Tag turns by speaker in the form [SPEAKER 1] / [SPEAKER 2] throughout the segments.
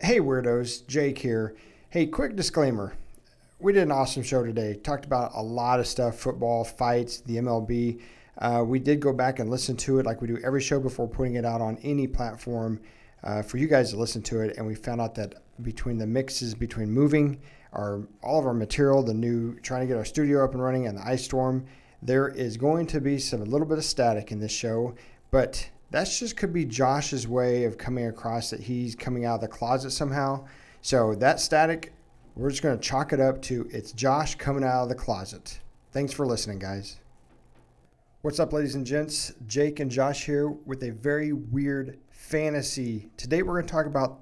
[SPEAKER 1] Hey, weirdos, Jake here. Hey, quick disclaimer. We did an awesome show today. Talked about a lot of stuff football, fights, the MLB. Uh, we did go back and listen to it like we do every show before putting it out on any platform uh, for you guys to listen to it. And we found out that between the mixes, between moving our all of our material, the new trying to get our studio up and running, and the ice storm, there is going to be some a little bit of static in this show. But that's just could be Josh's way of coming across that he's coming out of the closet somehow. So that static, we're just going to chalk it up to it's Josh coming out of the closet. Thanks for listening, guys. What's up, ladies and gents? Jake and Josh here with a very weird fantasy. Today, we're going to talk about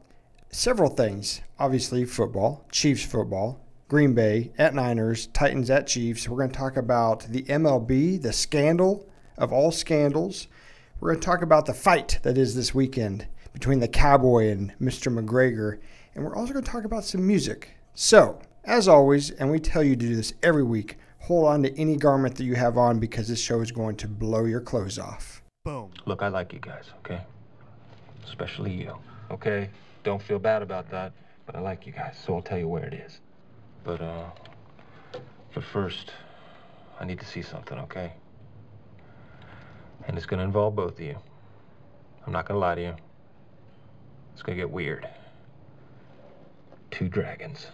[SPEAKER 1] several things. Obviously, football, Chiefs football, Green Bay at Niners, Titans at Chiefs. We're going to talk about the MLB, the scandal of all scandals. We're going to talk about the fight that is this weekend between the Cowboy and Mr. McGregor. And we're also going to talk about some music. So, as always, and we tell you to do this every week, hold on to any garment that you have on because this show is going to blow your clothes off.
[SPEAKER 2] Boom.
[SPEAKER 3] Look, I like you guys, okay? Especially you, okay? Don't feel bad about that, but I like you guys, so I'll tell you where it is. But, uh, but first, I need to see something, okay? And it's gonna involve both of you. I'm not gonna lie to you. It's gonna get weird. Two dragons.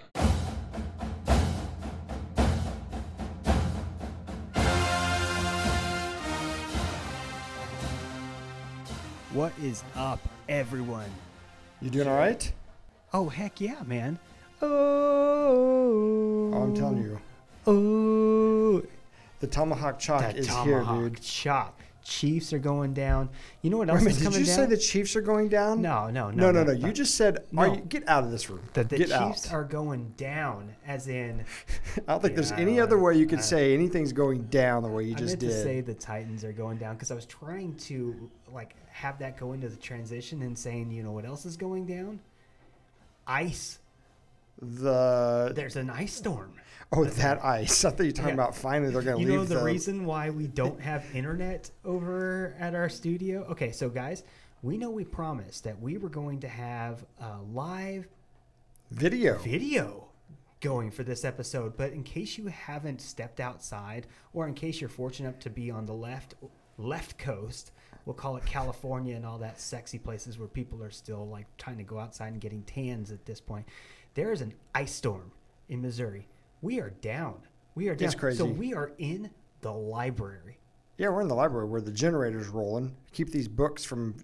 [SPEAKER 2] What is up, everyone?
[SPEAKER 1] You doing all right?
[SPEAKER 2] Oh, heck yeah, man. Oh.
[SPEAKER 1] Oh, I'm telling you.
[SPEAKER 2] Oh.
[SPEAKER 1] The tomahawk chalk
[SPEAKER 2] That
[SPEAKER 1] is
[SPEAKER 2] tomahawk
[SPEAKER 1] here, dude.
[SPEAKER 2] chop. Chiefs are going down. You know what
[SPEAKER 1] Wait
[SPEAKER 2] else
[SPEAKER 1] a minute,
[SPEAKER 2] is
[SPEAKER 1] did
[SPEAKER 2] coming
[SPEAKER 1] you
[SPEAKER 2] down?
[SPEAKER 1] say the Chiefs are going down?
[SPEAKER 2] No, no,
[SPEAKER 1] No,
[SPEAKER 2] no,
[SPEAKER 1] no, no.
[SPEAKER 2] no,
[SPEAKER 1] You
[SPEAKER 2] no.
[SPEAKER 1] just said, are
[SPEAKER 2] No.
[SPEAKER 1] you, get out of this room.
[SPEAKER 2] that the
[SPEAKER 1] get
[SPEAKER 2] Chiefs
[SPEAKER 1] out.
[SPEAKER 2] are going down, as in.
[SPEAKER 1] I don't think there's
[SPEAKER 2] Yeah, I
[SPEAKER 1] any
[SPEAKER 2] don't-
[SPEAKER 1] other way you could
[SPEAKER 2] I-
[SPEAKER 1] say anything's going down the way you
[SPEAKER 2] I
[SPEAKER 1] just
[SPEAKER 2] meant to
[SPEAKER 1] did.
[SPEAKER 2] say the Titans are going down because I was trying to like have that go into the transition and saying, you know what else is going down? Ice.
[SPEAKER 1] the
[SPEAKER 2] There's an ice storm.
[SPEAKER 1] oh, that ice. I thought you were talking
[SPEAKER 2] Yeah.
[SPEAKER 1] about finally they're going to
[SPEAKER 2] You
[SPEAKER 1] leave
[SPEAKER 2] know the, reason why we don't have internet over at our studio? Okay, so guys, we know we promised that we were going to have a live
[SPEAKER 1] video.
[SPEAKER 2] video going for this episode, but in case you haven't stepped outside, or in case you're fortunate enough to be on the left left coast, we'll call it California and all that sexy places where people are still like trying to go outside and getting tans at this point. There is an ice storm in Missouri. We are down. We are down.
[SPEAKER 1] It's crazy.
[SPEAKER 2] So we are in the library,
[SPEAKER 1] Yeah, we're in the library where the generator's rolling. Keep these books from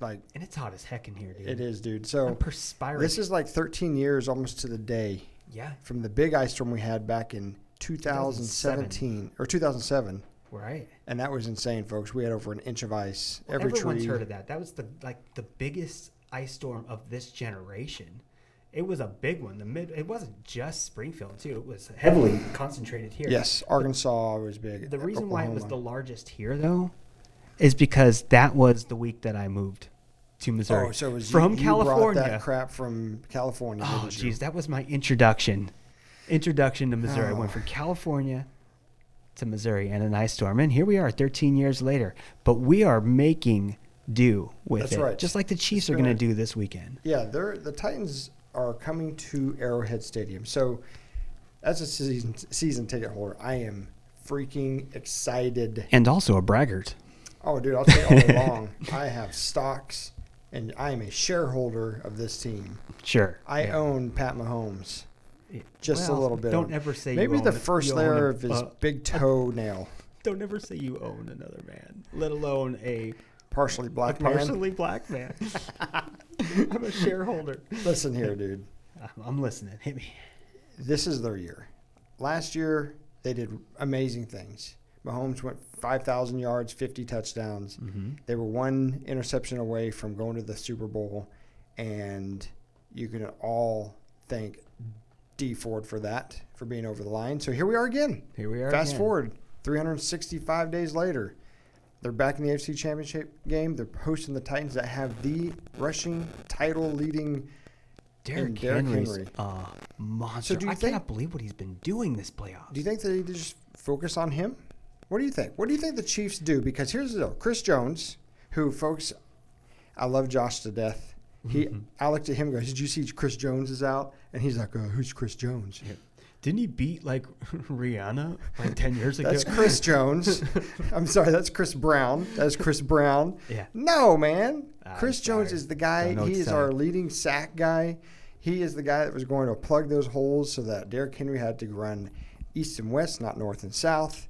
[SPEAKER 1] like
[SPEAKER 2] and it's hot as heck in here, dude.
[SPEAKER 1] it is, dude. So
[SPEAKER 2] I'm perspiring.
[SPEAKER 1] this is like 13 years almost to the day
[SPEAKER 2] yeah,
[SPEAKER 1] from the big ice storm we had back in 2017 or 2007,
[SPEAKER 2] right.
[SPEAKER 1] and that was insane, folks. We had over an inch of ice every
[SPEAKER 2] Everyone's
[SPEAKER 1] tree.
[SPEAKER 2] heard of that. That was the like the biggest ice storm of this generation. It was a big one. The mid. It wasn't just Springfield too. It was heavily concentrated here.
[SPEAKER 1] Yes, Arkansas was big.
[SPEAKER 2] The reason why it was the
[SPEAKER 1] Oklahoma.
[SPEAKER 2] largest here though, is because that was the week that I moved to Missouri
[SPEAKER 1] oh, so it was you-
[SPEAKER 2] from
[SPEAKER 1] you brought
[SPEAKER 2] California.
[SPEAKER 1] that crap from California.
[SPEAKER 2] oh,
[SPEAKER 1] didn't you?
[SPEAKER 2] jeez, that was my introduction. Introduction to Missouri. I went
[SPEAKER 1] Oh.
[SPEAKER 2] from California to Missouri and an ice storm, and here we are, 13 years later. But we are making do with
[SPEAKER 1] That's
[SPEAKER 2] it,
[SPEAKER 1] right.
[SPEAKER 2] just like the Chiefs
[SPEAKER 1] It's
[SPEAKER 2] are
[SPEAKER 1] been
[SPEAKER 2] going to
[SPEAKER 1] a-
[SPEAKER 2] do this weekend.
[SPEAKER 1] Yeah, they're the Titans are coming to Arrowhead Stadium. So, as a season season ticket holder, I am freaking excited.
[SPEAKER 2] And also a braggart.
[SPEAKER 1] Oh, dude, I'll tell you all day long. I have stocks, and I am a shareholder of this team.
[SPEAKER 2] Sure.
[SPEAKER 1] I
[SPEAKER 2] Yeah.
[SPEAKER 1] own Pat Mahomes,
[SPEAKER 2] Yeah.
[SPEAKER 1] just a
[SPEAKER 2] Well,
[SPEAKER 1] little bit.
[SPEAKER 2] Don't
[SPEAKER 1] of-
[SPEAKER 2] ever say you
[SPEAKER 1] Maybe the
[SPEAKER 2] own a-
[SPEAKER 1] first
[SPEAKER 2] you own
[SPEAKER 1] layer
[SPEAKER 2] a-
[SPEAKER 1] of his
[SPEAKER 2] uh,
[SPEAKER 1] big toenail,
[SPEAKER 2] don't ever say you own another man, let alone a,
[SPEAKER 1] partially
[SPEAKER 2] a
[SPEAKER 1] black man.
[SPEAKER 2] partially black man. I'm a shareholder.
[SPEAKER 1] Listen here, dude.
[SPEAKER 2] I'm- I'm listening. Hit me.
[SPEAKER 1] this is their year. Last year, they did amazing things. Mahomes went 5,000 yards, 50 touchdowns.
[SPEAKER 2] Mm-hmm.
[SPEAKER 1] They were one interception away from going to the Super Bowl, and you can all thank D Ford for that, for being over the line. So here we are again.
[SPEAKER 2] Here we are.
[SPEAKER 1] Fast
[SPEAKER 2] again.
[SPEAKER 1] forward 365 days later. They're back in the AFC Championship game. They're hosting the Titans that have the rushing title leading
[SPEAKER 2] Derrick
[SPEAKER 1] and Derrick
[SPEAKER 2] Henry's
[SPEAKER 1] Henry.
[SPEAKER 2] a monster.
[SPEAKER 1] do you
[SPEAKER 2] I
[SPEAKER 1] think-
[SPEAKER 2] cannot believe what he's been doing this playoff.
[SPEAKER 1] Do you think they just focus on him? What do you think? What do you think the Chiefs do? Because here's the deal: Chris Jones, who folks, I love Josh to death. He, I looked at him and goes, "Did you see Chris Jones is out?" And he's like, uh, "Who's Chris Jones?"
[SPEAKER 2] Didn't he beat like Rihanna like ten years ago?
[SPEAKER 1] That's Chris Jones. I'm sorry, that's Chris Brown. That's Chris Brown.
[SPEAKER 2] Yeah.
[SPEAKER 1] No, man.
[SPEAKER 2] Ah,
[SPEAKER 1] Chris
[SPEAKER 2] I'm
[SPEAKER 1] Jones
[SPEAKER 2] sorry.
[SPEAKER 1] is the guy.
[SPEAKER 4] Don't know what
[SPEAKER 1] He
[SPEAKER 4] to
[SPEAKER 1] is
[SPEAKER 4] say.
[SPEAKER 1] our leading sack guy. He is the guy that was going to plug those holes so that Derrick Henry had to run east and west, not north and south.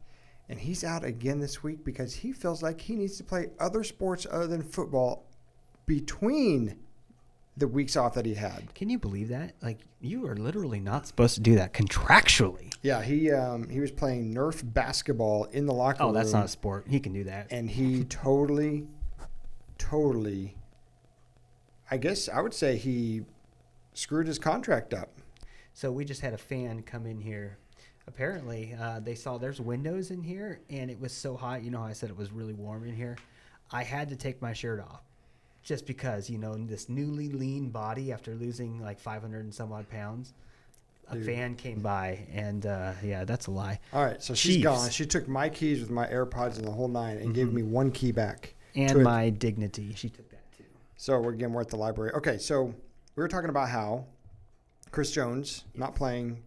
[SPEAKER 1] And he's out again this week because he feels like he needs to play other sports other than football between the weeks off that he had.
[SPEAKER 2] Can you believe that? Like you are literally not supposed to do that contractually.
[SPEAKER 1] Yeah, he um, he was playing Nerf basketball in the locker
[SPEAKER 2] Oh,
[SPEAKER 1] room.
[SPEAKER 2] that's not a sport. He can do that.
[SPEAKER 1] and he totally, totally. I guess I would say he screwed his contract up.
[SPEAKER 2] So we just had a fan come in here. Apparently, uh, they saw there's windows in here, and it was so hot. You know, how I said it was really warm in here. I had to take my shirt off just because, you know, this newly lean body after losing like 500 and some odd pounds. A
[SPEAKER 1] Dude. Uh,
[SPEAKER 2] fan came by, and uh, yeah, that's a lie.
[SPEAKER 1] All right, so she's
[SPEAKER 2] Chiefs. Mm-hmm.
[SPEAKER 1] gone. She took my keys with my AirPods and the whole nine, and gave me one key back. to
[SPEAKER 2] And
[SPEAKER 1] it.
[SPEAKER 2] my dignity. She took that too.
[SPEAKER 1] So we're again we're at the library. Okay, so we were talking about how Chris Jones not playing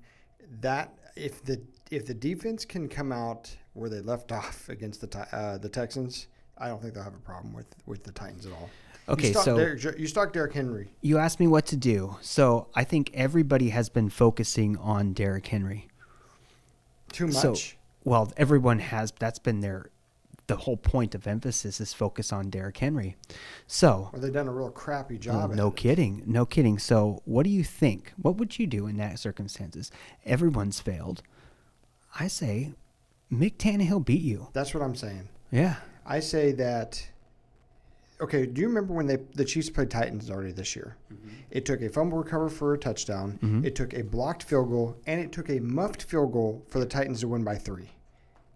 [SPEAKER 1] that if the if the defense can come out where they left off against the Ti- uh, the Texans, I don't think they'll have a problem with with the Titans at all.
[SPEAKER 2] Okay,
[SPEAKER 1] you start
[SPEAKER 2] so-
[SPEAKER 1] Derrick, Jo- you start Derrick Henry.
[SPEAKER 2] You asked me what to do. So I think everybody has been focusing on Derrick Henry.
[SPEAKER 1] Too much.
[SPEAKER 2] So, well, everyone has. That's been their. The whole point of emphasis is focus on Derrick Henry. So,
[SPEAKER 1] or they've done a real crappy job.
[SPEAKER 2] no
[SPEAKER 1] at it.
[SPEAKER 2] kidding, no kidding. So, what do you think? What would you do in that circumstances? Everyone's failed. I say, Mick Tannehill beat you.
[SPEAKER 1] That's what I'm saying.
[SPEAKER 2] Yeah,
[SPEAKER 1] I say that. Okay, do you remember when they the Chiefs played Titans already this year? It took a fumble recover for a touchdown. It took a blocked field goal, and it took a muffed field goal for the Titans to win by three.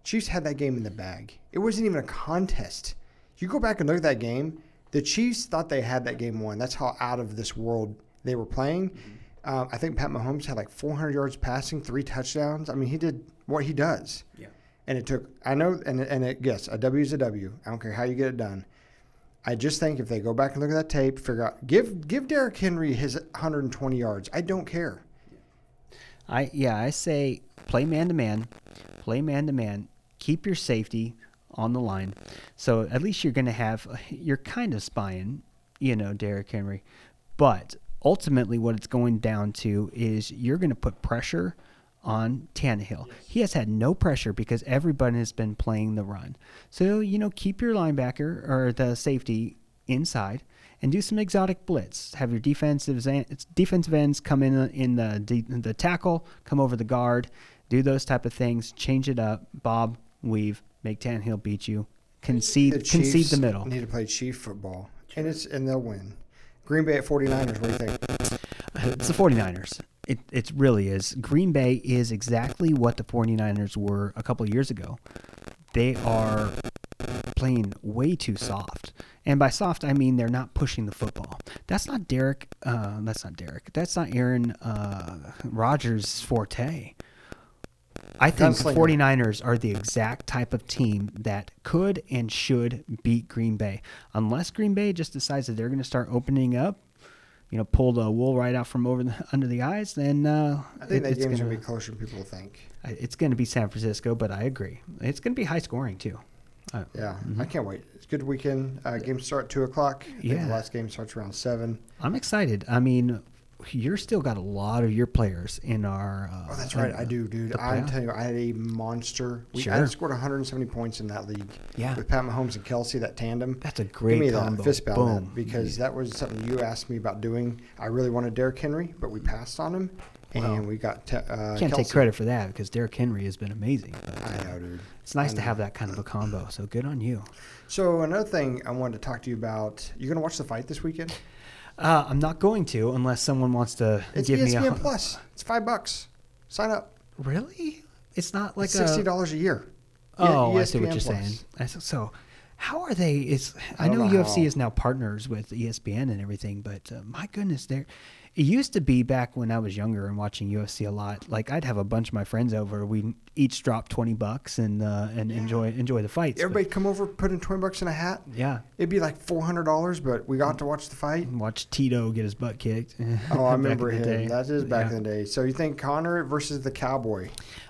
[SPEAKER 1] Chiefs had that game in the bag. It wasn't even a contest. You go back and look at that game. The Chiefs thought they had that game won. That's how out of this world they were playing. Um, I think Pat Mahomes had like 400 yards passing, three touchdowns. I mean, he did what he does.
[SPEAKER 2] Yeah.
[SPEAKER 1] And it took. I know. And and it, yes, a W is a W. I don't care how you get it done. I just think if they go back and look at that tape, figure out give give Derrick Henry his 120 yards. I don't care.
[SPEAKER 2] I yeah, I say play man to man, play man to man. Keep your safety on the line. So at least you're going to have you're kind of spying, you know, Derrick Henry. But ultimately what it's going down to is you're going to put pressure on Tannehill. He has had no pressure because everybody has been playing the run. So, you know, keep your linebacker or the safety inside and do some exotic blitz. Have your defensive zan- defensive ends come in in the de- the tackle, come over the guard, do those type of things. Change it up, bob, weave, make Tannehill beat you, concede concede
[SPEAKER 1] Chiefs
[SPEAKER 2] the middle.
[SPEAKER 1] Need to play Chief football, and it's and they'll win. Green Bay at 49ers. What do you think?
[SPEAKER 2] It's the 49ers. It, it really is. Green Bay is exactly what the 49ers were a couple of years ago. They are playing way too soft. And by soft, I mean they're not pushing the football. That's not Derek. Uh, that's not Derek. That's not Aaron uh, Rodgers' forte. I think the
[SPEAKER 1] Gunslinger.
[SPEAKER 2] 49ers are the exact type of team that could and should beat Green Bay. Unless Green Bay just decides that they're going to start opening up, you know, pull the wool right out from over the, under the eyes, then uh,
[SPEAKER 1] I think
[SPEAKER 2] it-
[SPEAKER 1] that
[SPEAKER 2] it's
[SPEAKER 1] game's
[SPEAKER 2] going
[SPEAKER 1] gonna
[SPEAKER 2] to
[SPEAKER 1] be closer than people think.
[SPEAKER 2] it's going to be San Francisco, but I agree. It's going to be high scoring too. Uh,
[SPEAKER 1] Yeah, I can't wait. It's a good weekend. Uh, games start at two o'clock. I think
[SPEAKER 2] Yeah.
[SPEAKER 1] the last game starts around seven.
[SPEAKER 2] I'm excited. I mean, you're still got a lot of your players in our. Uh,
[SPEAKER 1] Oh, that's right. I do, dude.
[SPEAKER 2] the
[SPEAKER 1] I'm
[SPEAKER 2] playoff.
[SPEAKER 1] telling you, I had a monster. We I
[SPEAKER 2] Sure.
[SPEAKER 1] scored 170 points in that league.
[SPEAKER 2] Yeah.
[SPEAKER 1] With Pat Mahomes and Kelsey, that tandem.
[SPEAKER 2] That's a
[SPEAKER 1] Give me
[SPEAKER 2] great combo.
[SPEAKER 1] that fist bump man,
[SPEAKER 2] Boom.
[SPEAKER 1] because that was something you asked me about doing. I really wanted Derrick Henry, but we passed on him, and we got te- uh,
[SPEAKER 2] Can't
[SPEAKER 1] Kelsey.
[SPEAKER 2] take credit for that because Derrick Henry has been amazing. But
[SPEAKER 1] I know, dude.
[SPEAKER 2] it's
[SPEAKER 1] I
[SPEAKER 2] nice to
[SPEAKER 1] know.
[SPEAKER 2] have that kind of a combo. So good on you.
[SPEAKER 1] So another thing I wanted to talk to you about. You're gonna watch the fight this weekend.
[SPEAKER 2] Uh, I'm not going to unless someone wants to
[SPEAKER 1] It's E
[SPEAKER 2] give me
[SPEAKER 1] ESPN
[SPEAKER 2] a
[SPEAKER 1] Plus. It's five bucks. Sign up.
[SPEAKER 2] Really? It's not like
[SPEAKER 1] it's sixty
[SPEAKER 2] a.
[SPEAKER 1] dollars a year.
[SPEAKER 2] Oh,
[SPEAKER 1] Yeah, E
[SPEAKER 2] I see what
[SPEAKER 1] ESPN
[SPEAKER 2] you're
[SPEAKER 1] Plus.
[SPEAKER 2] saying. I s- So, How are they? It's I,
[SPEAKER 1] don't
[SPEAKER 2] know,
[SPEAKER 1] know
[SPEAKER 2] UFC
[SPEAKER 1] how.
[SPEAKER 2] is now partners with E ESPN and everything, but uh, my goodness, there. It used to be back when I was younger and watching UFC a lot. Like I'd have a bunch of my friends over. We each drop twenty bucks and uh, and enjoy enjoy the fights. but-
[SPEAKER 1] Everybody come over, put in twenty bucks in a hat.
[SPEAKER 2] yeah.
[SPEAKER 1] It'd be like four hundred dollars, but we got to watch the fight.
[SPEAKER 2] Watch Tito get his butt kicked.
[SPEAKER 1] Oh,
[SPEAKER 2] Back
[SPEAKER 1] I
[SPEAKER 2] in
[SPEAKER 1] remember
[SPEAKER 2] the
[SPEAKER 1] him.
[SPEAKER 2] day.
[SPEAKER 1] That is back
[SPEAKER 2] Yeah.
[SPEAKER 1] in the day. So you think Connor versus the Cowboy?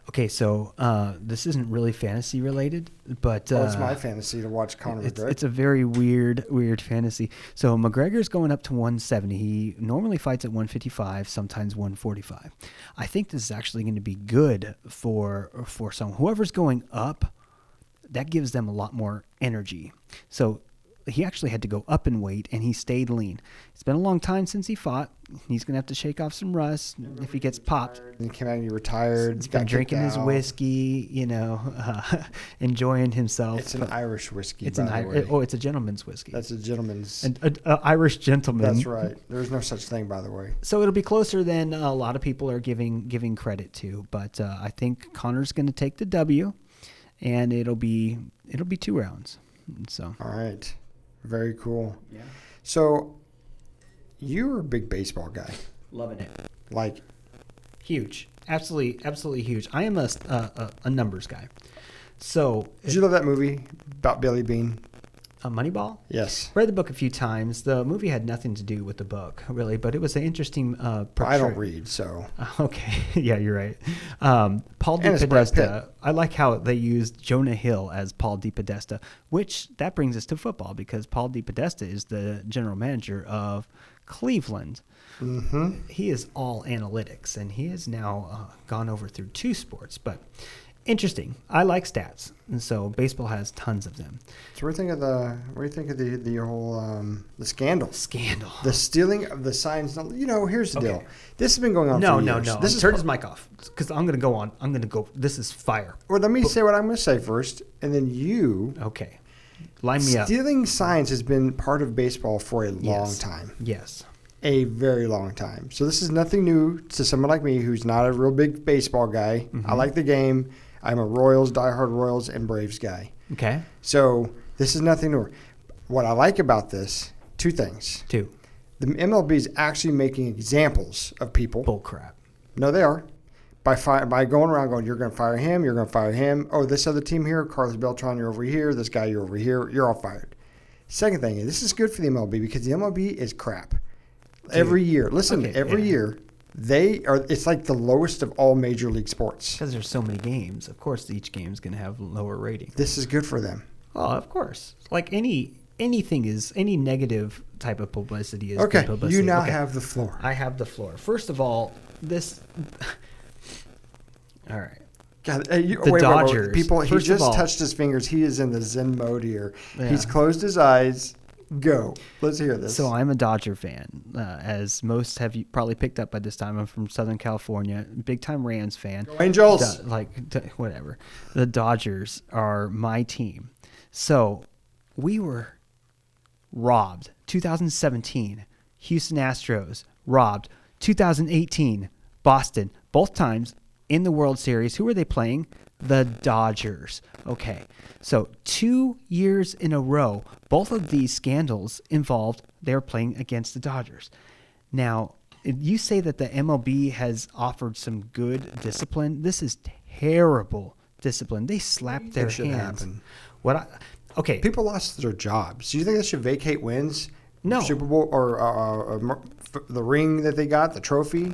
[SPEAKER 2] Okay, so uh, this isn't really fantasy related, but uh,
[SPEAKER 1] Well, Oh, it's my fantasy to watch Connor
[SPEAKER 2] it's,
[SPEAKER 1] McGregor.
[SPEAKER 2] it's a very weird, weird fantasy. So McGregor's going up to 170. He normally fights at 155, sometimes 145. I think this is actually going to be good for for some whoever's going up. That gives them a lot more energy. So he actually had to go up in weight, and he stayed lean. It's been a long time since he fought. He's going to have to shake off some rust if he gets popped.
[SPEAKER 1] And he came out and he retired.
[SPEAKER 2] He's
[SPEAKER 1] got
[SPEAKER 2] been
[SPEAKER 1] kicked
[SPEAKER 2] drinking his
[SPEAKER 1] out.
[SPEAKER 2] whiskey, you know, uh, enjoying himself.
[SPEAKER 1] It's an Irish whiskey.
[SPEAKER 2] It's
[SPEAKER 1] by
[SPEAKER 2] an
[SPEAKER 1] the
[SPEAKER 2] Ir-
[SPEAKER 1] way.
[SPEAKER 2] oh, it's a gentleman's whiskey.
[SPEAKER 1] That's a gentleman's.
[SPEAKER 2] an a, a Irish gentleman.
[SPEAKER 1] that's right. There's no such thing, by the way.
[SPEAKER 2] So it'll be closer than a lot of people are giving giving credit to, but uh, I think Connor's going to take the W, and it'll be it'll be two rounds. So
[SPEAKER 1] All right. Very cool.
[SPEAKER 2] yeah,
[SPEAKER 1] So you were a big baseball guy.
[SPEAKER 2] loving it.
[SPEAKER 1] Like,
[SPEAKER 2] Huge, absolutely, absolutely huge. I am a s- a, a, a numbers guy. So
[SPEAKER 1] did you love that movie about Billy Bean?
[SPEAKER 2] uh, Moneyball.
[SPEAKER 1] Yes.
[SPEAKER 2] Read the book a few times. The movie had nothing to do with the book, really, but it was an interesting. Uh,
[SPEAKER 1] I don't
[SPEAKER 2] portray-
[SPEAKER 1] read, so
[SPEAKER 2] Okay, yeah, you're right. Um, Paul
[SPEAKER 1] And
[SPEAKER 2] De
[SPEAKER 1] it's Brad
[SPEAKER 2] Podesta. I like how they used Jonah Hill as Paul De Podesta, which that brings us to football because Paul De Podesta is the general manager of Cleveland. Mm-hmm. He is all analytics, and he has now uh, gone over through two sports. But interesting. I like stats, and so baseball has tons of them.
[SPEAKER 1] So what do you think of the what do you think of the the whole um, the scandal,
[SPEAKER 2] Scandal.
[SPEAKER 1] the stealing of the signs? Now, You know, here's the
[SPEAKER 2] Okay.
[SPEAKER 1] deal. This has been going on.
[SPEAKER 2] No,
[SPEAKER 1] for
[SPEAKER 2] no,
[SPEAKER 1] years.
[SPEAKER 2] no.
[SPEAKER 1] This
[SPEAKER 2] This
[SPEAKER 1] is
[SPEAKER 2] Turn his mic off because I'm going to go on. I'm going to go. This is fire.
[SPEAKER 1] Well, let me say what I'm going to say first, and then you.
[SPEAKER 2] Okay. Line me up.
[SPEAKER 1] Stealing signs has been part of baseball for a long
[SPEAKER 2] Yes.
[SPEAKER 1] time,
[SPEAKER 2] Yes.
[SPEAKER 1] a very long time. So this is nothing new to someone like me who's not a real big baseball guy.
[SPEAKER 2] Mm-hmm.
[SPEAKER 1] I like the game. I'm a Royals, diehard Royals, and Braves guy.
[SPEAKER 2] Okay.
[SPEAKER 1] So this is nothing new. What I like about this, two things.
[SPEAKER 2] Two.
[SPEAKER 1] The MLB is actually making examples of people.
[SPEAKER 2] Bull crap.
[SPEAKER 1] No, they are. By fire, by going around going, you're going to fire him, you're going to fire him. Oh, this other team here, Carlos Beltran, you're over here. This guy, you're over here. You're all fired. Second thing, this is good for the MLB because the MLB is crap. Every year, listen,
[SPEAKER 2] Okay,
[SPEAKER 1] every
[SPEAKER 2] yeah.
[SPEAKER 1] year they are. It's like the lowest of all major league sports.
[SPEAKER 2] Because there's so many games, of course each game's going to have lower rating.
[SPEAKER 1] This is good for them.
[SPEAKER 2] Oh, of course. Like any anything is any negative type of publicity is good
[SPEAKER 1] Okay,
[SPEAKER 2] publicity.
[SPEAKER 1] you now
[SPEAKER 2] Okay.
[SPEAKER 1] have the floor.
[SPEAKER 2] I have the floor. First of all, this. all right.
[SPEAKER 1] God, uh, you,
[SPEAKER 2] The
[SPEAKER 1] wait, wait, wait,
[SPEAKER 2] Dodgers,
[SPEAKER 1] people, he
[SPEAKER 2] first of
[SPEAKER 1] just
[SPEAKER 2] all-
[SPEAKER 1] touched his fingers. He is in the Zen mode here. He's
[SPEAKER 2] Yeah.
[SPEAKER 1] closed his eyes. Go. Let's hear this.
[SPEAKER 2] So I'm a Dodger fan, uh, as most have you probably picked up by this time. I'm from Southern California, big time Rams fan.
[SPEAKER 1] Angels!
[SPEAKER 2] Do- like d- whatever. The Dodgers are my team. So we were robbed. 2017, Houston Astros robbed. 2018, Boston. Both times in the World Series, who were they playing? The Dodgers. Okay. So, two years in a row, both of these scandals involved they were playing against the Dodgers. Now, if you say that the MLB has offered some good discipline. This is terrible discipline. They slapped their
[SPEAKER 1] It should
[SPEAKER 2] hands.
[SPEAKER 1] happen.
[SPEAKER 2] What I Okay.
[SPEAKER 1] people lost their jobs. Do you think they should vacate wins?
[SPEAKER 2] No.
[SPEAKER 1] Super Bowl or uh, uh, mer- f- the ring that they got, the trophy.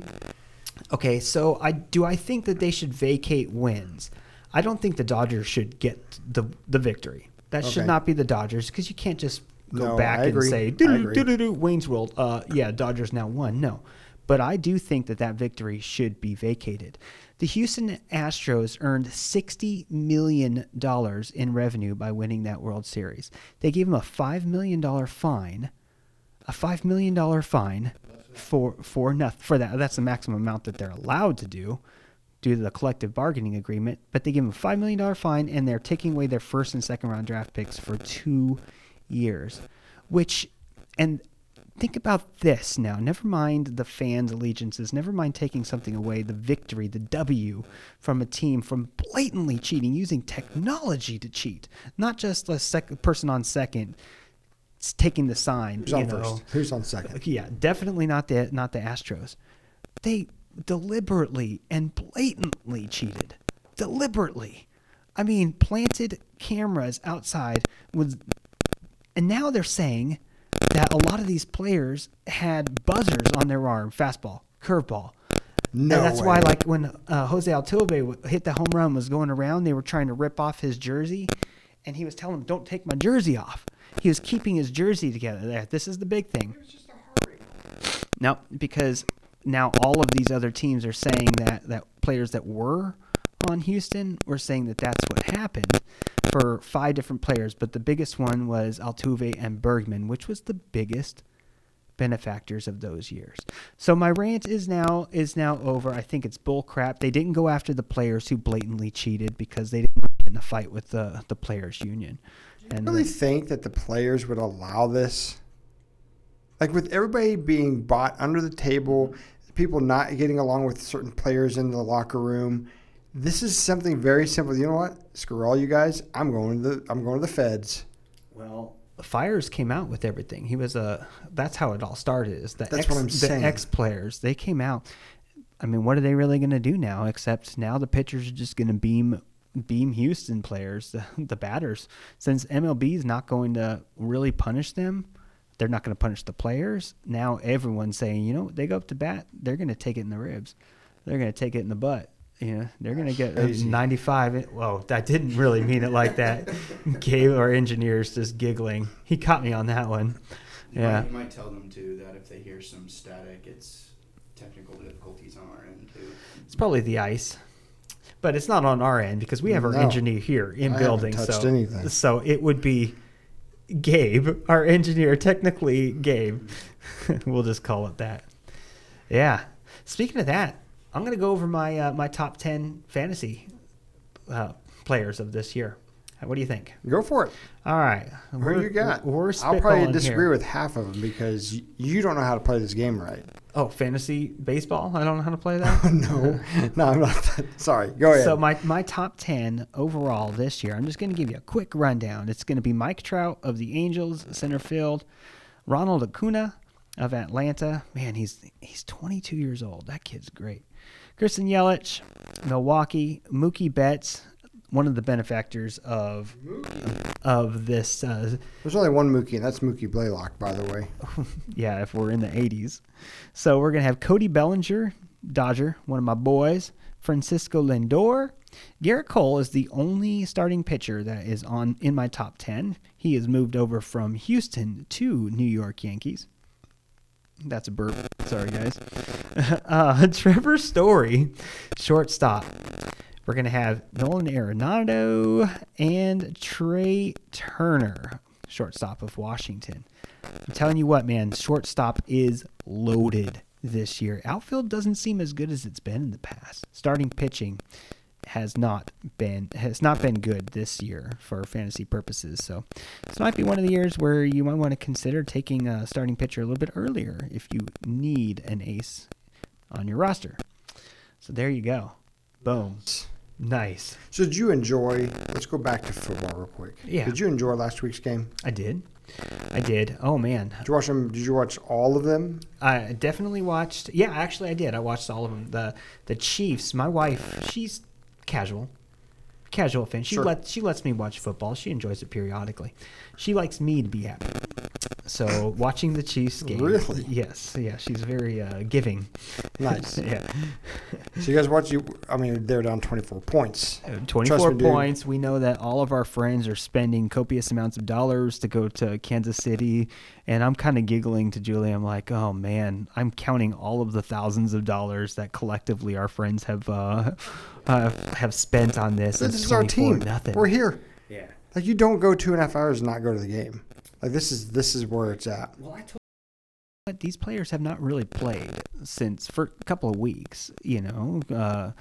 [SPEAKER 2] Okay, so I do I think that they should vacate wins. I don't think the Dodgers should get the the victory. That should
[SPEAKER 1] Okay.
[SPEAKER 2] not be the Dodgers because you can't just go
[SPEAKER 1] No,
[SPEAKER 2] back
[SPEAKER 1] I
[SPEAKER 2] and
[SPEAKER 1] agree. I
[SPEAKER 2] say
[SPEAKER 1] agree.
[SPEAKER 2] doo doo doo Wayne's World. Uh, yeah, Dodgers now won. No, but I do think that that victory should be vacated. The Houston Astros earned sixty million dollars in revenue by winning that World Series. They gave them a five million dollar fine a five million dollar fine for for nothing for that. That's the maximum amount that they're allowed to do due to the collective bargaining agreement. But they give them a five million dollar fine, and they're taking away their first and second round draft picks for two years, which and think about this now. Never mind the fans' allegiances. Never mind taking something away, the victory, the W from a team from blatantly cheating, using technology to cheat. Not just a sec- person on second s- taking the sign.
[SPEAKER 1] Who's on
[SPEAKER 2] you know.
[SPEAKER 1] first? Who's on second?
[SPEAKER 2] Yeah, definitely not the not the Astros. They deliberately and blatantly cheated. Deliberately. I mean, planted cameras outside with and now they're saying that a lot of these players had buzzers on their arm, fastball, curveball.
[SPEAKER 1] No
[SPEAKER 2] and that's why,
[SPEAKER 1] way.
[SPEAKER 2] like when uh, Jose Altuve w- hit the home run, was going around, they were trying to rip off his jersey, and he was telling them, "Don't take my jersey off." He was keeping his jersey together. There, this is the big thing. No, because now all of these other teams are saying that that players that were on Houston were saying that that's what happened for five different players, but the biggest one was Altuve and Bergman, which was the biggest benefactors of those years. So my rant is now is now over. I think it's bull crap. They didn't go after the players who blatantly cheated because they didn't get in a fight with the the players union. And
[SPEAKER 1] really think that the players would allow this? Like with everybody being bought under the table, people not getting along with certain players in the locker room. This is something very simple. You know what? Screw all you guys. I'm going to the I'm going to the feds.
[SPEAKER 2] Well, Fires came out with everything. He was a. That's how it all started. Is that
[SPEAKER 1] That's
[SPEAKER 2] ex,
[SPEAKER 1] what I'm
[SPEAKER 2] the
[SPEAKER 1] saying.
[SPEAKER 2] ex players they came out. I mean, what are they really going to do now? Except now the pitchers are just going to beam beam Houston players, the, the batters, since MLB is not going to really punish them. They're not going to punish the players. Now everyone's saying, you know, they go up to bat, they're going to take it in the ribs, they're going to take it in the butt. You know, they're going to get a
[SPEAKER 1] Crazy.
[SPEAKER 2] 95. in- Whoa, I didn't really mean it like that. Gabe, our engineer's just giggling. He caught me on that one.
[SPEAKER 4] You
[SPEAKER 2] Yeah.
[SPEAKER 4] Might, you might tell them too that if they hear some static, it's technical difficulties on our end too.
[SPEAKER 2] It's probably the ice, but it's not on our end because we have our
[SPEAKER 1] No.
[SPEAKER 2] engineer here in
[SPEAKER 1] I haven't
[SPEAKER 2] building.
[SPEAKER 1] touched
[SPEAKER 2] so,
[SPEAKER 1] anything.
[SPEAKER 2] so it would be Gabe, our engineer, technically Gabe. we'll just call it that. Yeah. Speaking of that, I'm gonna go over my uh, my top ten fantasy uh, players of this year. What do you think?
[SPEAKER 1] Go for it.
[SPEAKER 2] All right.
[SPEAKER 1] Who
[SPEAKER 2] We're-
[SPEAKER 1] you got?
[SPEAKER 2] We're
[SPEAKER 1] I'll probably
[SPEAKER 2] spitballing
[SPEAKER 1] disagree
[SPEAKER 2] here.
[SPEAKER 1] with half of them because y- you don't know how to play this game right.
[SPEAKER 2] Oh, fantasy baseball. I don't know how to play that.
[SPEAKER 1] no, no, I'm not. sorry. Go ahead.
[SPEAKER 2] So my, my top ten overall this year, I'm just going to give you a quick rundown. It's going to be Mike Trout of the Angels, center field, Ronald Acuna of Atlanta. Man, he's he's 22 years old. That kid's great. Kristen Yelich, Milwaukee, Mookie Betts, one of the benefactors of of this. Uh,
[SPEAKER 1] There's only one Mookie, and that's Mookie Blaylock, by the way.
[SPEAKER 2] yeah, if we're in the 80s. So we're going to have Cody Bellinger, Dodger, one of my boys, Francisco Lindor. Garrett Cole is the only starting pitcher that is on in my top 10. He has moved over from Houston to New York Yankees. That's a burp. Sorry, guys. Uh, Trevor Story, shortstop. We're going to have Nolan Arenado and Trey Turner, shortstop of Washington. I'm telling you what, man, shortstop is loaded this year. Outfield doesn't seem as good as it's been in the past. Starting pitching has not been has not been good this year for fantasy purposes. So this might be one of the years where you might want to consider taking a starting pitcher a little bit earlier if you need an ace on your roster. So there you go. Boom. Nice.
[SPEAKER 1] So did you enjoy? Let's go back to football real quick.
[SPEAKER 2] Yeah.
[SPEAKER 1] Did you enjoy last week's game?
[SPEAKER 2] I did. I did. Oh man.
[SPEAKER 1] Did you watch them? Did you watch all of them?
[SPEAKER 2] I definitely watched. Yeah, actually, I did. I watched all of them. the The Chiefs. My wife, she's casual, casual fan. She
[SPEAKER 1] Sure.
[SPEAKER 2] let she lets me watch football. She enjoys it periodically. She likes me to be happy. So watching the Chiefs game.
[SPEAKER 1] Really?
[SPEAKER 2] Yes. Yeah. She's very uh, giving.
[SPEAKER 1] Nice.
[SPEAKER 2] yeah.
[SPEAKER 1] So you guys watch you? I mean, they're down 24 points.
[SPEAKER 2] Uh, 24
[SPEAKER 1] dude.
[SPEAKER 2] points. We know that all of our friends are spending copious amounts of dollars to go to Kansas City. And I'm kind of giggling to Julie. I'm like, oh man, I'm counting all of the thousands of dollars that collectively our friends have uh, uh, have spent on this. and
[SPEAKER 1] This is our
[SPEAKER 2] 24
[SPEAKER 1] team.
[SPEAKER 2] Nothing.
[SPEAKER 1] We're here.
[SPEAKER 4] Yeah.
[SPEAKER 1] Like you don't go two and a half hours and not go to the game. Like this is this is where it's at.
[SPEAKER 4] Well, I told.
[SPEAKER 2] But these players have not really played since for a couple of weeks. You know, uh,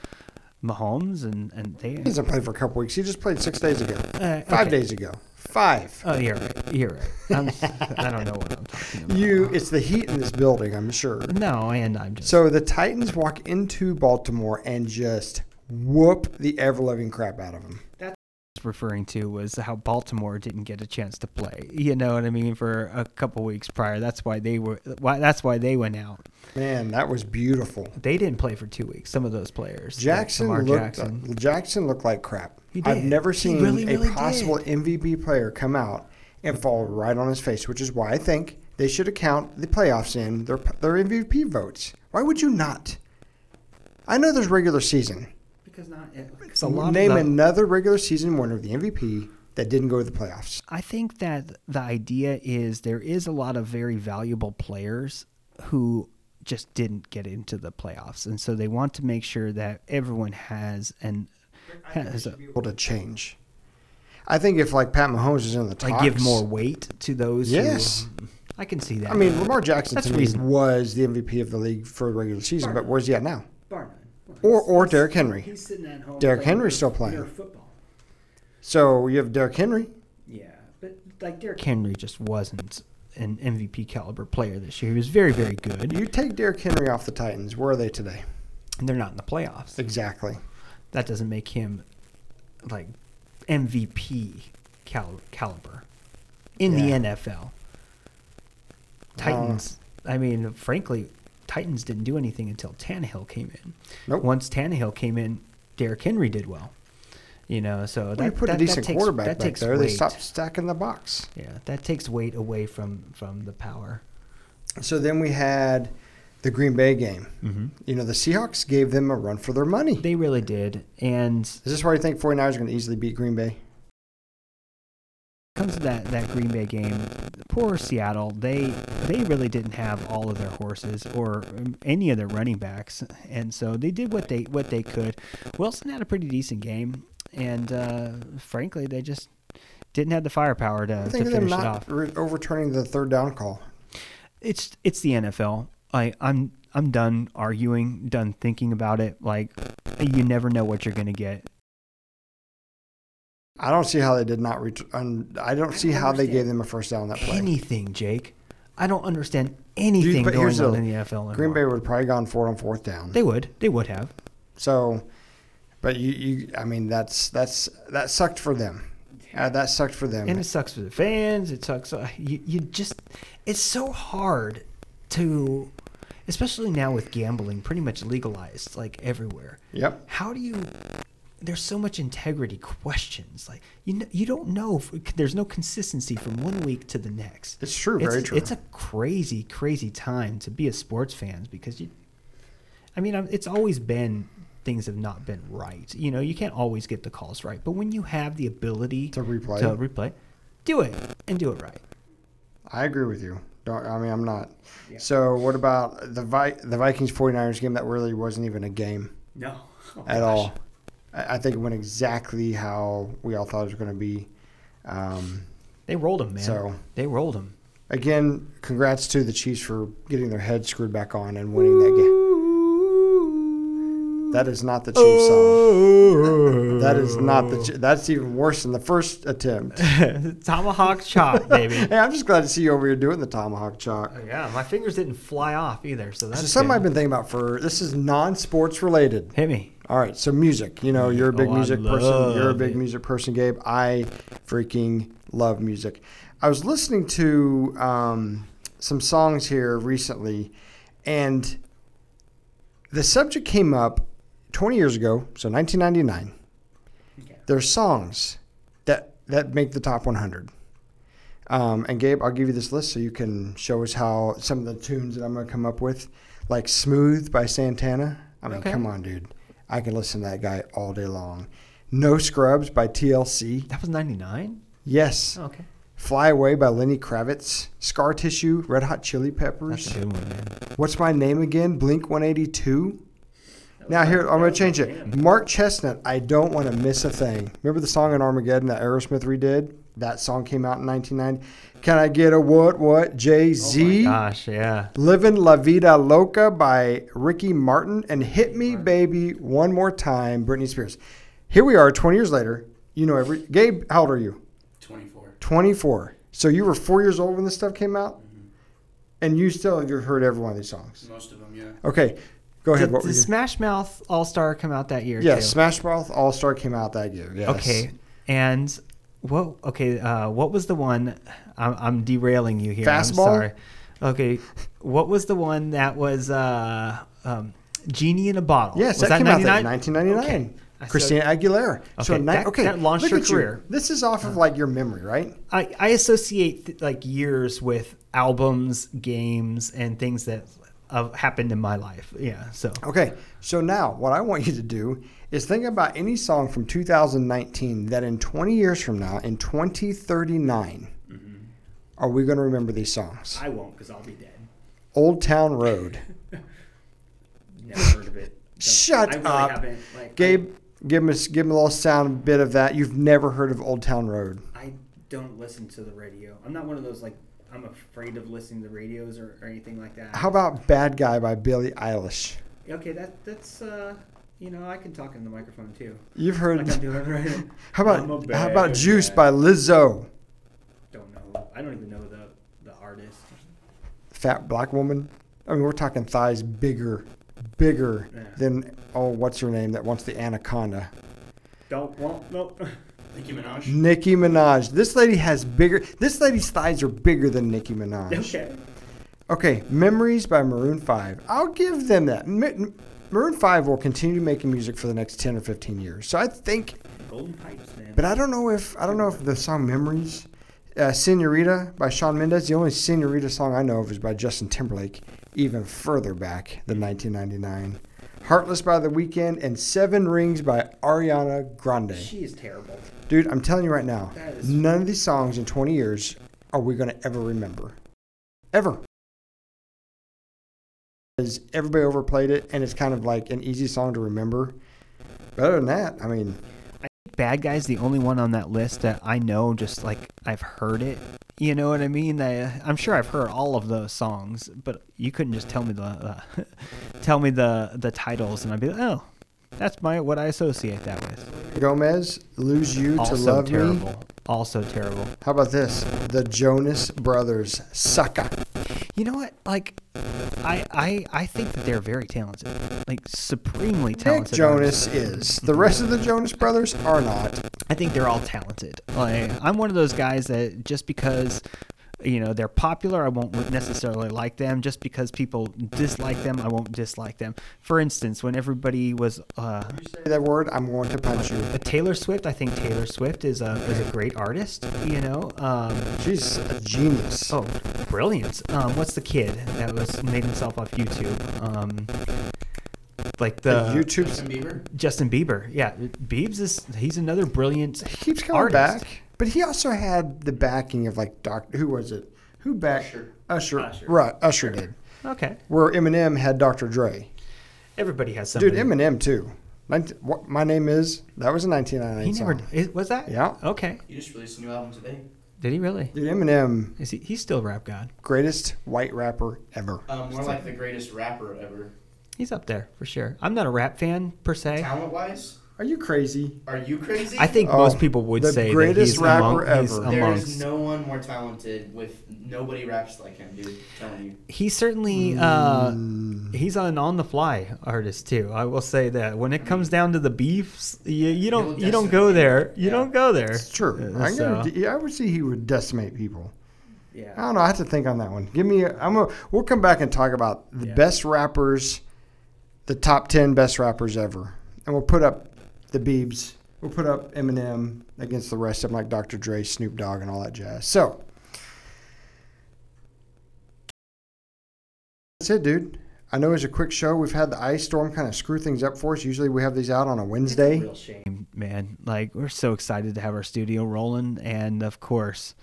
[SPEAKER 2] Mahomes, and and they.
[SPEAKER 1] He hasn't played for a couple weeks. He just played six days ago.
[SPEAKER 2] Uh,
[SPEAKER 1] Five
[SPEAKER 2] okay.
[SPEAKER 1] days ago. Five.
[SPEAKER 2] Oh, you're right. You're right. I'm, I don't know what I'm talking about.
[SPEAKER 1] You. It's the heat in this building. I'm sure.
[SPEAKER 2] No, and I'm just.
[SPEAKER 1] So the Titans walk into Baltimore and just whoop the ever loving crap out of them.
[SPEAKER 2] referring to was how Baltimore didn't get a chance to play. You know what I mean? For a couple weeks prior, that's why they were. Why that's why they went out.
[SPEAKER 1] Man, that was beautiful.
[SPEAKER 2] They didn't play for two weeks. Some of those players, like
[SPEAKER 1] Jackson
[SPEAKER 2] Lamar
[SPEAKER 1] looked
[SPEAKER 2] Jackson.
[SPEAKER 1] Jackson. looked like crap.
[SPEAKER 2] He
[SPEAKER 1] I've
[SPEAKER 2] did.
[SPEAKER 1] never
[SPEAKER 2] He
[SPEAKER 1] seen
[SPEAKER 2] really, really
[SPEAKER 1] a possible MVP player come out and fall right on his face, which is why I think they should account the playoffs in their their MVP votes. Why would you not? I know there's regular season.
[SPEAKER 2] because not because a lot
[SPEAKER 1] Name
[SPEAKER 2] of the-
[SPEAKER 1] another regular season winner of the MVP that didn't go to the playoffs.
[SPEAKER 2] I think that the idea is there is a lot of very valuable players who just didn't get into the playoffs, and so they want to make sure that everyone has an has a,
[SPEAKER 1] Be able to change. I think if like Pat Mahomes is in the top,
[SPEAKER 2] like give more weight to those. who-
[SPEAKER 1] Yes.
[SPEAKER 2] I can see that.
[SPEAKER 1] I mean, Lamar Jackson
[SPEAKER 2] That's
[SPEAKER 1] to me
[SPEAKER 2] reasonable.
[SPEAKER 1] was the MVP of the league for the regular season, but where's he at now?
[SPEAKER 2] Barman.
[SPEAKER 1] Or or Derrick Henry.
[SPEAKER 2] He's sitting at home.
[SPEAKER 1] Derrick playing Henry's still playing. mere
[SPEAKER 2] football.
[SPEAKER 1] So you have Derrick Henry.
[SPEAKER 2] Yeah, but like Derrick Henry just wasn't an MVP caliber player this year. He was very, very good.
[SPEAKER 1] You take Derrick Henry off the Titans. Where are they today?
[SPEAKER 2] And they're not in the playoffs.
[SPEAKER 1] Exactly.
[SPEAKER 2] That doesn't make him like MVP cal- caliber in
[SPEAKER 1] Yeah.
[SPEAKER 2] the NFL. Titans.
[SPEAKER 1] Uh.
[SPEAKER 2] I mean, frankly, Titans didn't do anything until Tannehill came in.
[SPEAKER 1] Nope.
[SPEAKER 2] Once Tannehill came in, Derrick Henry did well. You know, so
[SPEAKER 1] Well, you
[SPEAKER 2] that
[SPEAKER 1] put
[SPEAKER 2] that,
[SPEAKER 1] a
[SPEAKER 2] that
[SPEAKER 1] decent
[SPEAKER 2] takes,
[SPEAKER 1] quarterback
[SPEAKER 2] that
[SPEAKER 1] back
[SPEAKER 2] takes
[SPEAKER 1] there.
[SPEAKER 2] Weight.
[SPEAKER 1] They stopped stacking the box.
[SPEAKER 2] Yeah, that takes weight away from from the power.
[SPEAKER 1] So then we had the Green Bay game.
[SPEAKER 2] Mhm.
[SPEAKER 1] You know, the Seahawks gave them a run for their money.
[SPEAKER 2] They really did. And
[SPEAKER 1] Is this why you think 49ers are going to easily beat Green Bay?
[SPEAKER 2] when it comes to that that Green Bay game, poor Seattle. They they really didn't have all of their horses or um, any of their running backs, and so they did what they what they could. Wilson had a pretty decent game, and uh, frankly, they just didn't have the firepower to,
[SPEAKER 1] I
[SPEAKER 2] Uh, to
[SPEAKER 1] think of
[SPEAKER 2] finish
[SPEAKER 1] them
[SPEAKER 2] it off.
[SPEAKER 1] not re- overturning the third down call.
[SPEAKER 2] it's it's the NFL. I I'm I'm done arguing, done thinking about it. Like you never know what you're gonna get.
[SPEAKER 1] I don't see how they did not. Ret- un- I don't see how they
[SPEAKER 2] understand.
[SPEAKER 1] gave them a first down on that play.
[SPEAKER 2] Anything, Jake. I don't understand anything
[SPEAKER 1] but here's
[SPEAKER 2] going on
[SPEAKER 1] the-
[SPEAKER 2] in the NFL.
[SPEAKER 1] Green Bay
[SPEAKER 2] anymore.
[SPEAKER 1] would have probably gone for it on fourth down.
[SPEAKER 2] They would. They would have.
[SPEAKER 1] So, but you, you, I mean, that's that's that sucked for them. Uh, that sucked for them.
[SPEAKER 2] And it sucks for the fans. It sucks. uh, You, you just, it's so hard to, especially now with gambling pretty much legalized like everywhere.
[SPEAKER 1] yep.
[SPEAKER 2] How do you? There's so much integrity questions. Like you, know, you don't know. If, there's no consistency from one week to the next.
[SPEAKER 1] It's true,
[SPEAKER 2] It's,
[SPEAKER 1] very true.
[SPEAKER 2] It's a crazy, crazy time to be a sports fan because you. I mean, I'm- it's always been things have not been right. You know, you can't always get the calls right, but when you have the ability
[SPEAKER 1] To replay.
[SPEAKER 2] to replay, do it and do it right.
[SPEAKER 1] I agree with you. Don't, I mean, I'm not. So, what about the Vi- the Vikings 49ers game? That really wasn't even a game
[SPEAKER 2] No,
[SPEAKER 1] at all. I, I think it went exactly how we all thought it was going to be. Um,
[SPEAKER 2] They rolled him, man.
[SPEAKER 1] So-
[SPEAKER 2] they rolled him.
[SPEAKER 1] again, congrats to the Chiefs for getting their head screwed back on and winning that game. That is not the Chiefs song. That is not the. Chi- That's even worse than the first attempt. hey,
[SPEAKER 2] tomahawk chop, baby.
[SPEAKER 1] I'm just glad to see you over here doing the tomahawk chalk.
[SPEAKER 2] Oh, yeah, my fingers didn't fly off either, so
[SPEAKER 1] This
[SPEAKER 2] that's
[SPEAKER 1] is something
[SPEAKER 2] good.
[SPEAKER 1] I've been thinking about for. This is non-sports related.
[SPEAKER 2] Hit me.
[SPEAKER 1] All right, so music. You know, you're a big
[SPEAKER 2] Oh, I
[SPEAKER 1] music person. You're a
[SPEAKER 2] love
[SPEAKER 1] big
[SPEAKER 2] it.
[SPEAKER 1] music person, Gabe. I freaking love music. I was listening to um, some songs here recently, and the subject came up 20 years ago, so 1999. There's songs that that make the top 100. Um, and Gabe, I'll give you this list so you can show us how some of the tunes that I'm going to come up with, like "Smooth" by Santana. I mean,
[SPEAKER 2] Okay.
[SPEAKER 1] come on, dude. I can listen to that guy all day long. "No Scrubs" by TLC.
[SPEAKER 2] That was 99?
[SPEAKER 1] Yes.
[SPEAKER 2] Oh, okay.
[SPEAKER 1] "Fly Away" by Lenny Kravitz. "Scar Tissue," Red Hot Chili
[SPEAKER 2] That's
[SPEAKER 1] Peppers.
[SPEAKER 2] a good one, man.
[SPEAKER 1] What's my name again? Blink 182. Now here I'm gonna change it. Mark Chestnut. I don't want to miss a thing. Remember the song in Armageddon that Aerosmith redid? That song came out in 1990. Can I get a what what? Jay Z.
[SPEAKER 2] Gosh, yeah.
[SPEAKER 1] Livin' La Vida Loca by Ricky Martin and Hit Me Baby One More Time, Britney Spears. Here we are 20 years later. You know every. Gabe, how old are you?
[SPEAKER 4] 24.
[SPEAKER 1] 24. So you were four years old when this stuff came out? And you still have heard every one of these songs.
[SPEAKER 4] Most of them, yeah.
[SPEAKER 1] Okay, go ahead.
[SPEAKER 2] Did,
[SPEAKER 1] what were
[SPEAKER 2] did
[SPEAKER 1] you-
[SPEAKER 2] Smash Mouth All Star come out that year?
[SPEAKER 1] Yeah,
[SPEAKER 2] too?
[SPEAKER 1] Smash Mouth All Star came out that year. Yes.
[SPEAKER 2] Okay, and what? Okay, uh, what was the one? I'm, I'm derailing you here. I'm
[SPEAKER 1] Fastball?
[SPEAKER 2] sorry. Okay, what was the one that was uh, um, Genie in a Bottle?
[SPEAKER 1] Yes,
[SPEAKER 2] was
[SPEAKER 1] that, came out in
[SPEAKER 2] 99?
[SPEAKER 1] 1999.
[SPEAKER 2] Okay.
[SPEAKER 1] Christina Aguilera. so
[SPEAKER 2] Okay,
[SPEAKER 1] ni-
[SPEAKER 2] that-
[SPEAKER 1] okay,
[SPEAKER 2] that launched
[SPEAKER 1] look
[SPEAKER 2] her
[SPEAKER 1] at you.
[SPEAKER 2] career. Uh-huh.
[SPEAKER 1] This is off of like your memory, right?
[SPEAKER 2] I, I associate th- like years with albums, games, and things that have happened in my life. Yeah. So
[SPEAKER 1] Okay, so now what I want you to do is think about any song from 2019 that in 20 years from now, in 2039,
[SPEAKER 2] Mm-hmm.
[SPEAKER 1] are we going to remember these songs?
[SPEAKER 2] I won't because I'll be dead.
[SPEAKER 1] Old Town Road.
[SPEAKER 2] Never heard of it.
[SPEAKER 1] Shut up.
[SPEAKER 2] Like
[SPEAKER 1] Gabe, give him, a, s- give him a little sound bit of that. You've never heard of Old Town Road.
[SPEAKER 2] I don't listen to the radio. I'm not one of those like I'm afraid of listening to radios or, or anything like that.
[SPEAKER 1] How about Bad Guy by Billie Eilish?
[SPEAKER 2] Okay, that that's uh, you know I can talk in the microphone too.
[SPEAKER 1] You've heard.
[SPEAKER 2] Like I'm doing right.
[SPEAKER 1] How
[SPEAKER 4] I'm
[SPEAKER 1] about
[SPEAKER 4] a
[SPEAKER 1] how about
[SPEAKER 4] bad
[SPEAKER 1] Juice
[SPEAKER 4] guy.
[SPEAKER 1] by Lizzo?
[SPEAKER 2] Don't know. I don't even know the the artist.
[SPEAKER 1] Fat black woman. I mean, we're talking thighs bigger, bigger
[SPEAKER 2] Yeah.
[SPEAKER 1] than oh, what's her name that wants the anaconda?
[SPEAKER 2] Don't won't nope.
[SPEAKER 4] Nicki Minaj.
[SPEAKER 1] Nicki Minaj. This lady has bigger. This lady's thighs are bigger than Nicki Minaj.
[SPEAKER 2] okay.
[SPEAKER 1] Okay, Memories by Maroon 5. I'll give them that. Ma- Maroon 5 will continue making music for the next 10 or 15 years. So I think,
[SPEAKER 2] Golden pipes, man.
[SPEAKER 1] but I don't know if I don't know if the song Memories, uh, Senorita by Sean Mendes, the only Senorita song I know of is by Justin Timberlake, even further back than 1999. Heartless by The Weeknd and Seven Rings by Ariana Grande.
[SPEAKER 2] she is terrible.
[SPEAKER 1] Dude, I'm telling you right now,
[SPEAKER 2] That is-
[SPEAKER 1] none of these songs in 20 years are we going to ever remember. Ever. Because everybody overplayed it, and it's kind of like an easy song to remember. But other than that, I mean,
[SPEAKER 2] Bad Guy's the only one on that list that I know, just like I've heard it. You know what I mean? I, I'm sure I've heard all of those songs, but you couldn't just tell me the uh, tell me the the titles, and I'd be like, oh, that's my what I associate that with.
[SPEAKER 1] Gomez, Lose You
[SPEAKER 2] Also
[SPEAKER 1] to Love
[SPEAKER 2] terrible.
[SPEAKER 1] Me.
[SPEAKER 2] Also terrible.
[SPEAKER 1] How about this? The Jonas Brothers, Sucker.
[SPEAKER 2] You know what? Like, I I I think that they're very talented, like supremely
[SPEAKER 1] Nick
[SPEAKER 2] talented.
[SPEAKER 1] Jonas
[SPEAKER 2] artists.
[SPEAKER 1] is. The rest of the Jonas Brothers are not.
[SPEAKER 2] I think they're all talented. Like I'm one of those guys that just because you know they're popular, I won't necessarily like them. Just because people dislike them, I won't dislike them. For instance, when everybody was uh,
[SPEAKER 1] Say that word, I'm going to punch you.
[SPEAKER 2] uh, Taylor Swift, I think Taylor Swift is a is a great artist. You know, um,
[SPEAKER 1] She's a genius.
[SPEAKER 2] oh, brilliant. Um, what's the kid that was made himself off YouTube? Um, like the
[SPEAKER 1] YouTube's
[SPEAKER 4] Justin Bieber.
[SPEAKER 2] Justin Bieber. Yeah, Biebs is he's another brilliant.
[SPEAKER 1] He keeps coming
[SPEAKER 2] artist.
[SPEAKER 1] back. But he also had the backing of like Doctor. Who was it? Who backed
[SPEAKER 4] Usher.
[SPEAKER 1] Usher?
[SPEAKER 4] Usher.
[SPEAKER 1] Right, Usher did.
[SPEAKER 2] Okay,
[SPEAKER 1] Where Eminem had Dr. Dre.
[SPEAKER 2] everybody has somebody.
[SPEAKER 1] Dude, Eminem too. Nineteen- what my name is. That was a
[SPEAKER 2] He
[SPEAKER 1] 1999 song.
[SPEAKER 2] never is, was that.
[SPEAKER 1] Yeah.
[SPEAKER 2] Okay.
[SPEAKER 4] You just released a new album today.
[SPEAKER 2] Did he really?
[SPEAKER 1] Dude, Eminem,
[SPEAKER 2] Is he? He's still rap god.
[SPEAKER 1] greatest white rapper ever.
[SPEAKER 4] Um, more like the greatest rapper ever.
[SPEAKER 2] He's up there for sure. I'm not a rap fan per se.
[SPEAKER 4] Talent wise,
[SPEAKER 1] Are you crazy?
[SPEAKER 4] are you crazy?
[SPEAKER 2] I think
[SPEAKER 1] Oh,
[SPEAKER 2] most people would
[SPEAKER 1] the
[SPEAKER 2] say
[SPEAKER 1] greatest
[SPEAKER 2] that he's
[SPEAKER 1] rapper
[SPEAKER 2] among, he's
[SPEAKER 1] ever.
[SPEAKER 4] there
[SPEAKER 2] amongst.
[SPEAKER 4] is no one more talented. With nobody raps like him, dude. I'm telling you.
[SPEAKER 2] He certainly uh,
[SPEAKER 1] Mm.
[SPEAKER 2] he's an on the fly artist too. I will say that when it comes down to the beefs, you, you don't
[SPEAKER 4] He'll
[SPEAKER 2] you don't
[SPEAKER 4] decimate
[SPEAKER 2] go
[SPEAKER 4] you.
[SPEAKER 2] there. You
[SPEAKER 4] Yeah.
[SPEAKER 2] don't go there.
[SPEAKER 1] It's true.
[SPEAKER 2] Uh,
[SPEAKER 1] I'm gonna
[SPEAKER 2] so-
[SPEAKER 1] de- yeah, I would say he would decimate people. I
[SPEAKER 2] yeah.
[SPEAKER 1] don't know. I have to think on that one. Give me. A, I'm. A, we'll come back and talk about the
[SPEAKER 2] Yeah.
[SPEAKER 1] best rappers, the top ten best rappers ever, and we'll put up the Biebs. We'll put up Eminem against the rest of them, like Dr. Dre, Snoop Dogg, and all that jazz. So that's it, dude. I know it's a quick show. We've had the ice storm kind of screw things up for us. Usually we have these out on a Wednesday.
[SPEAKER 2] Real shame, man. Like we're so excited to have our studio rolling, and of course,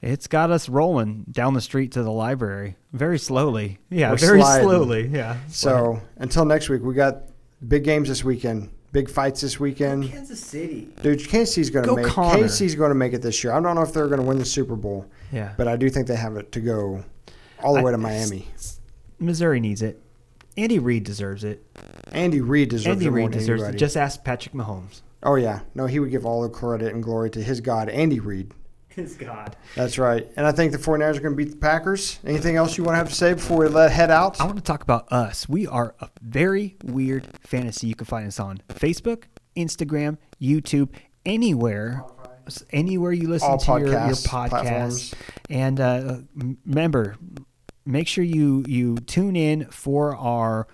[SPEAKER 2] it's got us rolling down the street to the library very slowly. Yeah,
[SPEAKER 1] We're
[SPEAKER 2] very
[SPEAKER 1] sliding.
[SPEAKER 2] slowly. Yeah.
[SPEAKER 1] So until next week, we got big games this weekend. big fights this weekend.
[SPEAKER 4] Kansas City.
[SPEAKER 1] Dude, Kansas City's going to
[SPEAKER 2] Go
[SPEAKER 1] make
[SPEAKER 2] Connor.
[SPEAKER 1] Kansas City's going to make it this year. I don't know if they're going to win the Super Bowl,
[SPEAKER 2] Yeah.
[SPEAKER 1] but I do think they have it to go all the
[SPEAKER 2] I-
[SPEAKER 1] way to Miami.
[SPEAKER 2] Missouri needs it. Andy Reid deserves it.
[SPEAKER 1] Andy Reid deserves
[SPEAKER 2] Andy
[SPEAKER 1] it more
[SPEAKER 2] Reid
[SPEAKER 1] than
[SPEAKER 2] deserves it.
[SPEAKER 1] anybody.
[SPEAKER 2] Just ask Patrick Mahomes.
[SPEAKER 1] oh yeah, no, he would give all the credit and glory to his God, Andy Reid.
[SPEAKER 2] His God.
[SPEAKER 1] That's right. And I think the 49ers are going to beat the Packers. Anything else you want to have to say before we let head out?
[SPEAKER 2] I want to talk about us. We are a very weird fantasy. You can find us on Facebook, Instagram, YouTube, anywhere, anywhere you listen
[SPEAKER 1] All
[SPEAKER 2] to your, your
[SPEAKER 1] podcast
[SPEAKER 2] podcast.
[SPEAKER 1] platforms.
[SPEAKER 2] And uh, m- remember, make sure you you tune in for our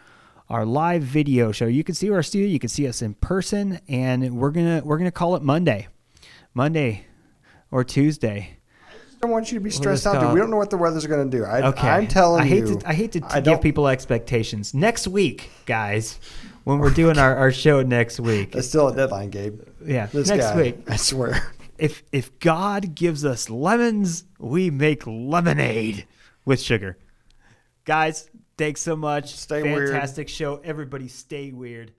[SPEAKER 2] our live video show. You can see our studio. You can see us in person, and we're gonna we're gonna call it Monday, Monday, or Tuesday.
[SPEAKER 1] I don't want you to be stressed
[SPEAKER 2] just,
[SPEAKER 1] out. dude.
[SPEAKER 2] uh,
[SPEAKER 1] We don't know what the weather's going to do. I,
[SPEAKER 2] Okay.
[SPEAKER 1] I'm telling
[SPEAKER 2] I hate
[SPEAKER 1] you.
[SPEAKER 2] To, I hate to t-
[SPEAKER 1] I
[SPEAKER 2] give
[SPEAKER 1] don't-
[SPEAKER 2] people expectations. Next week, guys, when we're doing our, our show next week.
[SPEAKER 1] It's still a deadline, Gabe.
[SPEAKER 2] Yeah,
[SPEAKER 1] This
[SPEAKER 2] next
[SPEAKER 1] guy,
[SPEAKER 2] week.
[SPEAKER 1] I swear.
[SPEAKER 2] If if God gives us lemons, we make lemonade with sugar. Guys, thanks so much.
[SPEAKER 1] Stay weird.
[SPEAKER 2] Fantastic show. Everybody stay weird.